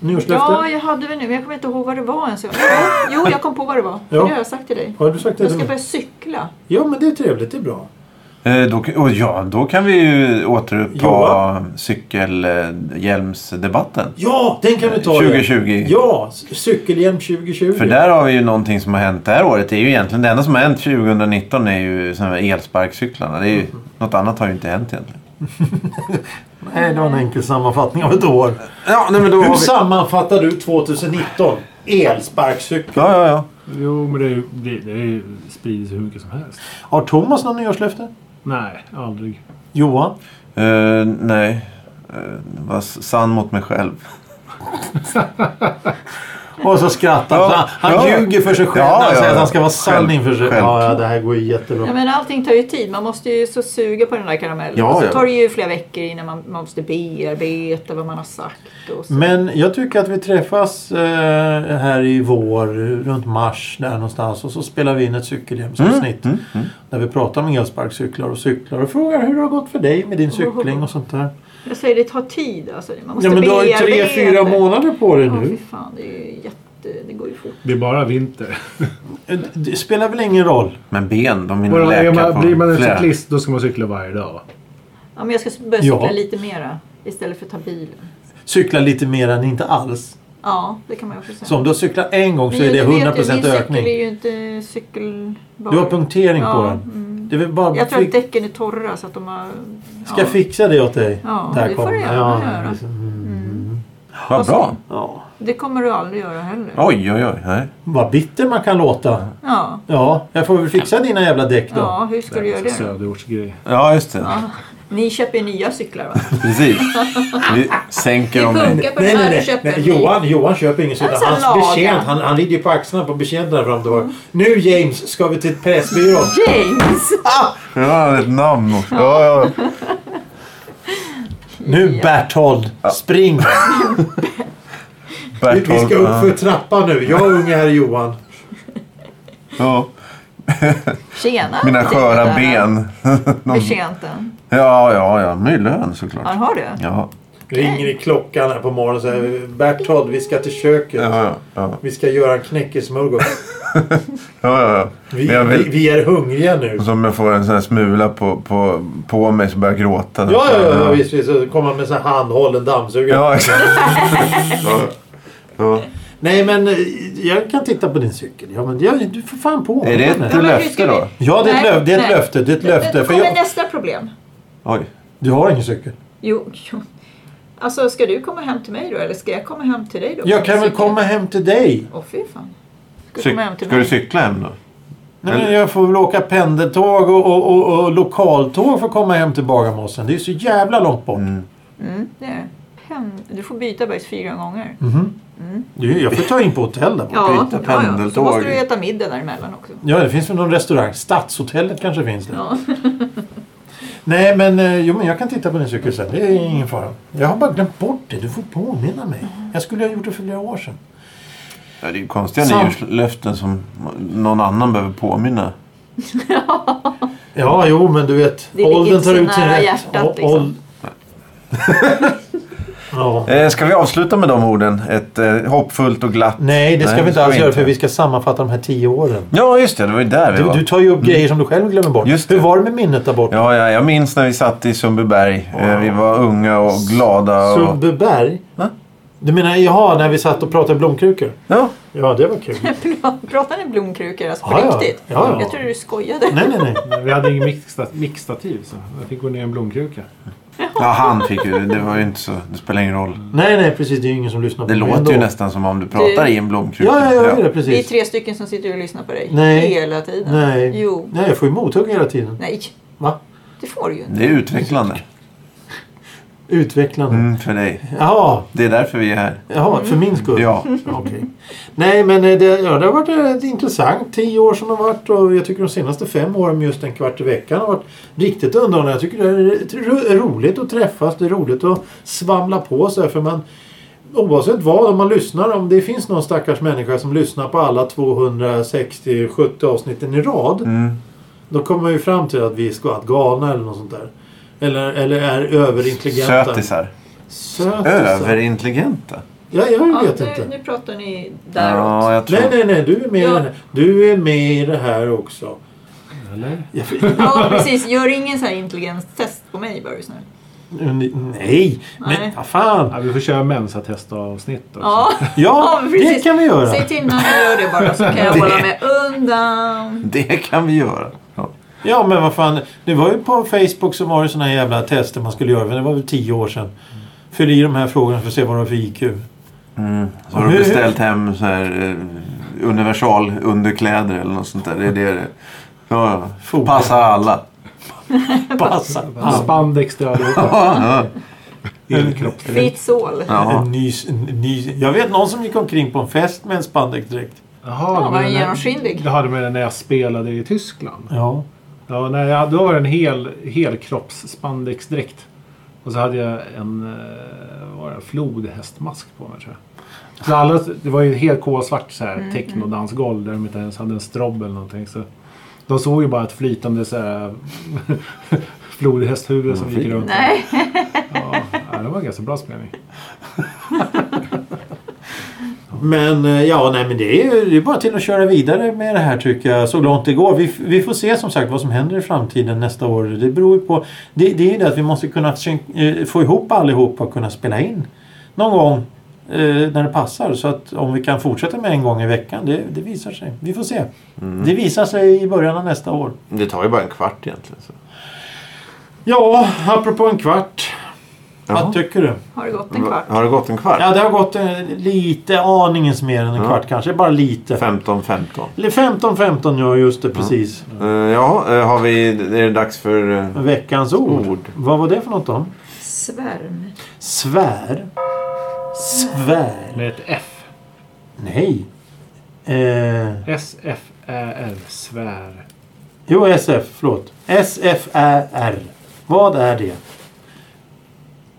S5: Nyårslöfte?
S4: Ja, jag hade väl nu. men Jag kommer inte ihåg vad det var ens. Jo, Jo, jag kom på vad det var.
S5: Ja.
S4: Det har jag sagt till dig.
S5: Har du sagt det?
S4: Jag
S5: till
S4: ska
S5: mig?
S4: börja cykla.
S5: Ja men det är trevligt, det är bra.
S1: Eh, då, kan- oh, ja, då kan vi ju återuppta
S5: Johan?
S1: cykelhjälmsdebatten.
S5: Ja, den kan vi ta igen.
S1: 2020.
S5: Ja, c- cykelhjälm 2020.
S1: För där har vi ju någonting som har hänt det här året. Det, är ju egentligen, det enda som har hänt 2019 är ju såna här elsparkcyklarna. Det är ju,
S5: Mm.
S1: Något annat har ju inte hänt egentligen.
S5: Nej, det var en enkel sammanfattning av ett år.
S1: Ja, nej, men då
S5: Hur sammanfattar du 2019? Elsparkcykel.
S1: Ja, ja, ja.
S2: Jo, men det, är ju- det, det är ju- sprider sig hur mycket som helst.
S5: Har Thomas någon nyårslöfte?
S2: Nej, aldrig.
S5: Johan?
S1: Eh, nej. Eh, var sann mot mig själv.
S5: Och så skrattar
S1: Ja,
S5: han. Han
S1: ja.
S5: ljuger för sig själv
S1: Ja,
S5: när
S1: ja,
S5: han säger att
S1: ja.
S5: han ska vara sann
S1: Själv-
S5: inför sig.
S1: själv.
S5: Ja, ja, det här går ju jättebra.
S4: Ja, men allting tar ju tid. Man måste ju så suga på den där karamellen.
S1: Ja,
S4: och så
S1: ja.
S4: tar det ju flera veckor innan man, man måste bearbeta vad man har sagt. Och så.
S5: Men jag tycker att vi träffas eh, här i vår, runt mars där någonstans och så spelar vi in ett cykelhjälmsavsnitt.
S1: Mm,
S5: Där vi pratar om elsparkcyklar och cyklar och frågar hur det har gått för dig med din cykling och sånt där.
S4: Jag säger det tar tid alltså. Man måste
S5: Ja men du har ju tre,
S4: bearbeta.
S5: fyra månader på dig
S4: Ja, fy
S5: nu.
S4: fan. Det är ju jätte... Det går ju fort.
S2: Det är bara vinter.
S5: Eh, Det spelar väl ingen roll?
S1: Men ben, de hinner
S2: Bara, är
S1: läka på
S2: man, blir man en
S1: flera.
S2: cyklist då ska man cykla varje dag.
S4: Ja, men jag ska börja cykla
S5: Ja.
S4: lite mera. Istället för att ta bilen.
S5: Cykla lite mer än inte alls.
S4: Ja, det kan man ju också säga.
S5: Så om du har cyklat en gång
S4: Men
S5: så är
S4: jag
S5: det
S4: vet ju,
S5: 100%
S4: Min cykel är
S5: ökning.
S4: ju inte cykelbar.
S5: Du har punktering på
S4: Ja, mm.
S5: den. Det är väl bara
S4: Jag tror att
S5: fix-
S4: däcken är torra så att de har...
S5: ska jag fixa det åt dig.
S4: Ja,
S5: Där
S4: det
S5: kom
S4: får du
S5: den.
S4: gärna
S5: Ja,
S4: göra.
S5: liksom.
S1: Vad bra.
S5: ja.
S4: Det kommer du aldrig göra heller.
S1: Oj, oj, oj. Nej.
S5: Vad bitter man kan låta.
S4: Ja.
S5: Ja, jag får väl fixa dina jävla däck då.
S4: Ja, hur ska du göra det då?
S2: Söderortsgrej.
S1: Ja, just det.
S4: Ni köper ju nya cyklar va? [LAUGHS]
S1: Precis. Vi sänker dem. nu.
S4: Funkar på den här, du köper en ny.
S5: Johan, Johan köper ingen
S4: En
S5: sådant.
S4: sån
S5: Hans
S4: laga.
S5: betjänt, han, han rider ju på axlarna på betjänten där fram till
S4: Mm.
S5: var. Nu James ska vi till Pressbyrån.
S4: James!
S1: Ja, ett namn också. Ja, ja.
S5: Nu Berthold, spring! Vi, vi
S1: Berthold.
S5: ska upp för trappan nu. Jag och unge herr Johan.
S1: Ja.
S4: Tjena!
S1: Mina
S4: Det
S1: sköra
S4: där,
S1: ben. [LAUGHS]
S4: Betjänten.
S1: Ja, ja, ja. Med lön såklart.
S4: Han har det?
S1: Ja,
S5: Ringer i klockan här på morgonen och säger Berthold, vi ska till köket.
S1: ja, ja. ja.
S5: Vi ska göra en knäckesmörgås.
S1: ja, ja, ja.
S5: Vi,
S1: Men jag
S5: vi,
S1: vill-
S5: vi är hungriga nu.
S1: Och så om jag får en sån här smula på, på, på mig så börjar jag gråta.
S5: Ja, ja, ja, visst. visst. Så kommer han med en sån här handhållen dammsugare.
S1: Alltså, Ja, exakt. [LAUGHS] Ja. Ja.
S5: Nej, men eh, jag kan titta på din cykel. Ja, men jag, du får fan på
S1: Är det
S5: mig.
S1: ett
S4: men hur ska
S1: löfte då?
S5: Ja, det är ett,
S4: Nej,
S5: löf, det är ett
S4: nej.
S5: löfte. Det är ett löfte.
S4: Då
S5: För
S4: kommer
S5: jag,
S4: nästa problem.
S1: Oj.
S5: du har ingen cykel.
S4: Jo, jo. Alltså ska du komma hem till mig då eller ska jag komma hem till dig då?
S5: Jag kan väl komma hem till dig?
S4: Åh fy fan. Ska du
S1: Cyk-
S4: komma hem till
S1: Ska du
S4: mig?
S1: cykla hem då?
S5: Nej, men jag får väl åka pendeltåg och, och, och, och lokaltåg för att komma hem till Bagarmossen. Det är så jävla långt bort.
S4: Mm, det är det. Pen- Du får byta bajs fyra gånger.
S5: Mhm. Det är- Jag får ta in på hotell där borta.
S4: Ja,
S1: byta
S4: ja, ja. Så
S1: pendeltåg.
S4: måste du äta middag däremellan också.
S5: Ja, det finns väl någon restaurang. Stadshotellet kanske finns där.
S4: Ja. [LAUGHS]
S5: Nej, men, eh, jo, men jag kan titta på din cykel sen. Det är ingen fara. Jag har bara glömt bort det. Du får påminna mig. Jag skulle ha gjort det för flera år sedan.
S1: Ja, det är ju konstiga
S5: Sam-
S1: nyårslöften som någon annan behöver påminna.
S5: Ja, jo, men du vet.
S4: Det ligger
S5: åldern
S4: inte
S5: tar
S4: så
S5: ut sin
S4: nära
S5: rätt.
S4: hjärtat,
S5: Å-
S4: liksom.
S5: åld- [LAUGHS] ja.
S1: Eh, ska vi avsluta med de orden? Ett eh, hoppfullt och glatt...
S5: Nej, det ska vi inte alls göra för vi ska sammanfatta de här tio åren.
S1: Ja, just det. Det var ju där vi
S5: Du,
S1: var.
S5: du tar ju upp grejer som du själv glömmer bort.
S1: Just det.
S5: Hur var det med minnet där borta?
S1: Ja, ja, jag minns när vi satt i Sundbyberg. Eh, Vi var unga och glada. Och...
S5: Sundbyberg?
S1: Va?
S5: Du menar, jaha, när vi satt och pratade blomkrukor?
S1: Ja,
S5: Ja, det var kul. nej,
S4: Pratar ni blomkrukor alltså på
S5: Ja, ja.
S4: riktigt?
S5: Ja, ja.
S4: Jag trodde du skojade.
S5: nej, nej.
S2: Men vi hade ingen mixsta- mixstativ så jag fick gå ner i en blomkruka.
S1: ja, han fick ju det. var ju inte så... Det spelar ingen roll.
S5: Nej, nej, precis. Det är ju ingen som lyssnar på
S1: Det
S5: mig
S1: låter ju
S5: ändå.
S1: nästan som om du pratar i en blomkruka.
S5: Ja, ja, jag gör det.
S4: Vi är
S5: Precis.
S4: tre stycken som sitter och lyssnar på dig.
S5: Nej.
S4: Hela tiden.
S5: Nej.
S4: Jo.
S5: nej, jag får ju mothugg hela tiden.
S4: Nej.
S5: Va?
S4: Det får du ju inte.
S1: Det är utvecklande.
S5: Utvecklande.
S1: Mm, för dig.
S5: Jaha,
S1: Det är därför vi är här.
S5: jaha för min skull.
S1: Ja.
S5: Okej. Nej, men eh, det, ja, det har varit eh, intressant. Tio år som har varit och jag tycker de senaste fem åren med just en kvart i veckan har varit riktigt underhållande. Jag tycker det är ro- är roligt att träffas. Det är roligt att svamla på så här för man Oavsett vad, om man lyssnar, om det finns någon stackars människa som lyssnar på alla 260-70 avsnitten i rad. Då kommer man ju fram till att vi är skvatt galna eller något sånt där. Eller, eller är överintelligenta.
S1: Sötisar.
S5: Sötisar.
S1: Överintelligenta.
S5: Ja, jag
S4: Ja,
S5: vet
S4: nu,
S5: inte.
S4: nu pratar ni däråt.
S1: Ja, jag tror...
S5: Nej, nej, nej. Du är med, i
S4: Ja.
S5: den här. du är med i det här också.
S2: Eller?
S5: Jag-
S4: Ja, precis. Gör ingen så här intelligenstest på mig bara just nu.
S5: Mm, Nej, men
S4: Nej.
S5: vad fan.
S2: Ja, vi får köra mensatestavsnitt också.
S4: Ja,
S5: Ja,
S4: men
S5: det
S4: precis.
S5: kan vi göra.
S4: Säg till när jag gör det bara så kan jag
S1: Det-
S4: hålla mig undan.
S1: Det kan vi göra. Ja.
S5: Ja, men vad fan. Det var ju på Facebook som var det såna här jävla tester man skulle göra. Men det var väl tio år sedan. Fyll i de här frågorna för att se vad du har för IQ.
S4: [LAUGHS] Mm.
S1: Så har du beställt hem så här eh, universal underkläder eller något sånt där. Det är det det ja, ja.
S5: Fotboll.
S1: Passar alla.
S5: Passa.
S2: Spandex till allihopa.
S1: Ja,
S5: Elkropp.
S4: Fits all.
S1: ja.
S5: En ny, en ny, jag vet någon som gick omkring på en fest med en spandexdräkt.
S2: Jaha,
S4: var
S2: men
S4: den
S2: när-
S4: genomskinlig?
S2: Det hade med när jag spelade i Tyskland.
S5: Ja.
S2: Ja, nej, jag- då var det en hel, helkropps spandexdräkt. Och så hade jag en, eh, vad var det, en flodhästmask på mig tror jag. Så alla, det var ju ett helt kolsvart så här,
S4: Mm,
S2: technodansgolv där de inte ens hade en strobb eller någonting. Så de såg ju bara ett flytande så här, [LAUGHS] flodhästhuvud som gick
S1: fint.
S2: runt.
S4: Nej.
S2: Ja, nej, det var en ganska bra spelning.
S5: Men eh, ja, nej men det är ju det är bara till att köra vidare med det här tycker jag. Så långt det går. Vi, f- vi får se som sagt vad som händer i framtiden nästa år. Det beror ju på. Det, det är ju det att vi måste kunna syn- eh, få ihop allihopa och kunna spela in någon gång eh, när det passar. Så att om vi kan fortsätta med en gång i veckan, det, det visar sig. Vi får se. Det visar sig i början av nästa år.
S1: Det tar ju bara en kvart egentligen. Så.
S5: Ja, apropå en kvart.
S1: Jaha.
S5: Vad tycker du?
S4: Har det gått en kvart?
S1: Har det gått en kvart?
S5: Ja, det har gått eh, lite aningens mer än en
S1: Ja.
S5: kvart kanske. Bara lite.
S1: 15, 15.
S5: Eller 15-15 ja, just det precis.
S1: Eh, ja, eh, har vi, är det dags för... eh,
S5: Veckans ord.
S1: Ord.
S5: Vad var det för något då?
S4: Svärm.
S5: Svär. Svär.
S2: Med ett F.
S5: Nej. Eh,
S2: S-F-Ä-R. Svär.
S5: jo, SF. Förlåt. SFÄR. Vad är det?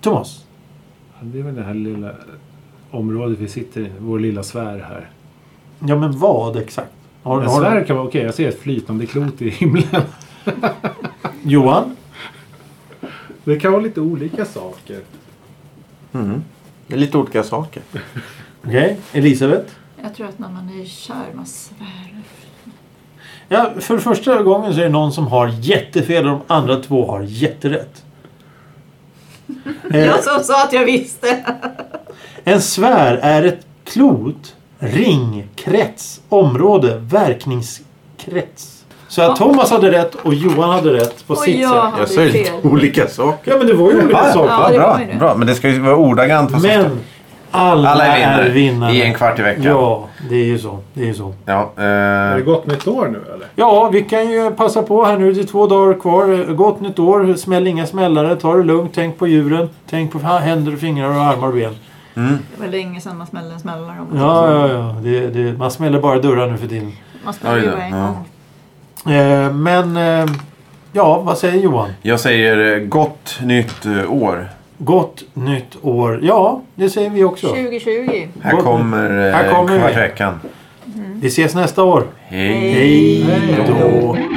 S5: Thomas.
S2: Ja, Det är väl det här lilla området vi sitter i. Vår lilla sfär här.
S5: Ja, men vad exakt? Har,
S2: En
S5: har,
S2: sfär kan vara okej. Jag ser ett flytande klot i himlen.
S5: Johan?
S2: Det kan vara lite olika saker.
S1: Det är lite olika saker.
S5: Okej. Elisabeth?
S4: Jag tror att när man är kär, man svär.
S5: Ja, för första gången så är det någon som har jättefel och de andra två har jätterätt. Eh,
S4: Jag som sa att jag visste.
S5: En sfär är ett klot, ring, krets, område, verkningskrets. Så att Thomas hade rätt och Johan hade rätt på
S4: Och
S5: sitt
S4: jag
S5: sätt.
S4: hade
S1: Jag säger
S4: fel.
S1: lite olika saker.
S5: Ja men det var ju olika
S1: Ja,
S5: saker.
S4: Ja, det var
S1: bra,
S4: ju det.
S1: bra, men det ska ju vara ordagrant. vad som står.
S5: Men alla,
S1: alla är vinnare,
S5: är vinnare.
S1: i en kvart i veckan.
S5: Ja, det är ju så. Det är ju så.
S1: Ja, eh,
S2: Har det gått med ett år nu eller?
S5: Ja, vi kan ju passa på här nu. Det är två dagar kvar. Gott nytt år. Smäll inga smällare. Ta det lugnt. Tänk på djuren. Tänk på händer, fingrar och armar och ben.
S1: mm.
S4: Det var länge sedan man smällde en smällare. om man
S5: Ja,
S4: säger så.
S5: ja, ja. Det, det, man smäller bara dörrar nu för tiden.
S4: Man smäller
S1: Oj
S4: ju
S1: då,
S4: bara en
S1: ja.
S4: gång.
S5: Eh, men... Eh, ja, vad säger Johan?
S1: jag säger eh, gott nytt eh, år.
S5: Gott nytt år. Ja, det säger vi också.
S4: 2020.
S1: Här
S5: Gott
S1: kommer, eh,
S5: Här kommer
S1: kvart
S5: vi.
S1: i veckan.
S5: Vi ses nästa år.
S1: Hej.
S5: Hej då.